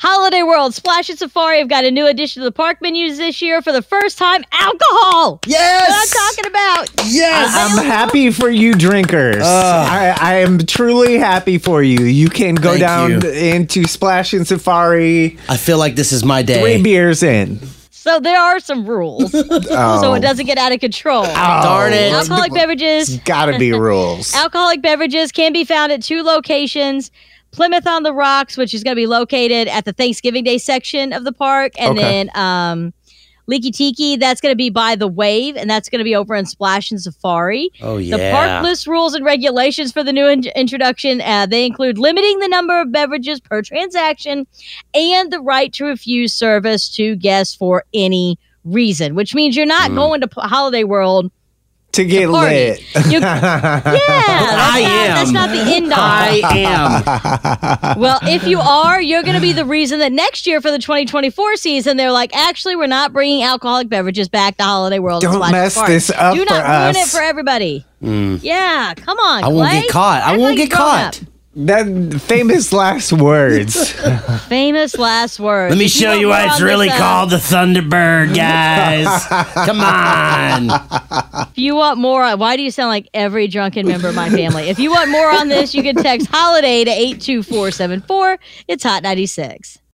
Holiday World Splash and Safari have got a new addition to the park menus this year. For the first time, alcohol. Yes. What I'm talking about. Yes. I'm happy for you, drinkers. I, I am truly happy for you. You can go Thank down you. into Splash and Safari, I feel like this is my three day. beers in. Oh, So there are some rules, so it doesn't get out of control. Oh. Darn it. Alcoholic beverages. Gotta be rules. Alcoholic beverages can be found at two locations Plymouth on the Rocks, which is going to be located at the Thanksgiving Day section of the park, and Okay. then um, Leaky Tiki, that's going to be by the wave, and that's going to be over in Splash and Safari. Oh The yeah. park lists rules and regulations for the new in- introduction. Uh, they include limiting the number of beverages per transaction and the right to refuse service to guests for any reason, which means you're not Hmm. going to P- Holiday World. to get party. lit. You- Yeah, that's I not, That's am. not the end all. I am. well, if you are, you're going to be the reason that next year for the 2024 season, they're like, actually, we're not bringing alcoholic beverages back to Holiday World. and Don't Splash mess Safari. this up Do not for ruin it us. for everybody. Yeah, come on. Hmm. I won't Clay. get caught. I Act won't like get you're grown caught. up. that famous last words. Famous last words. Let me If show don't you go why it's on really this, uh, called the Thunderbird, guys. Come on. If you want more, why do you sound like every drunken member of my family? If you want more on this, you can text holiday to 82474. It's Hot 96.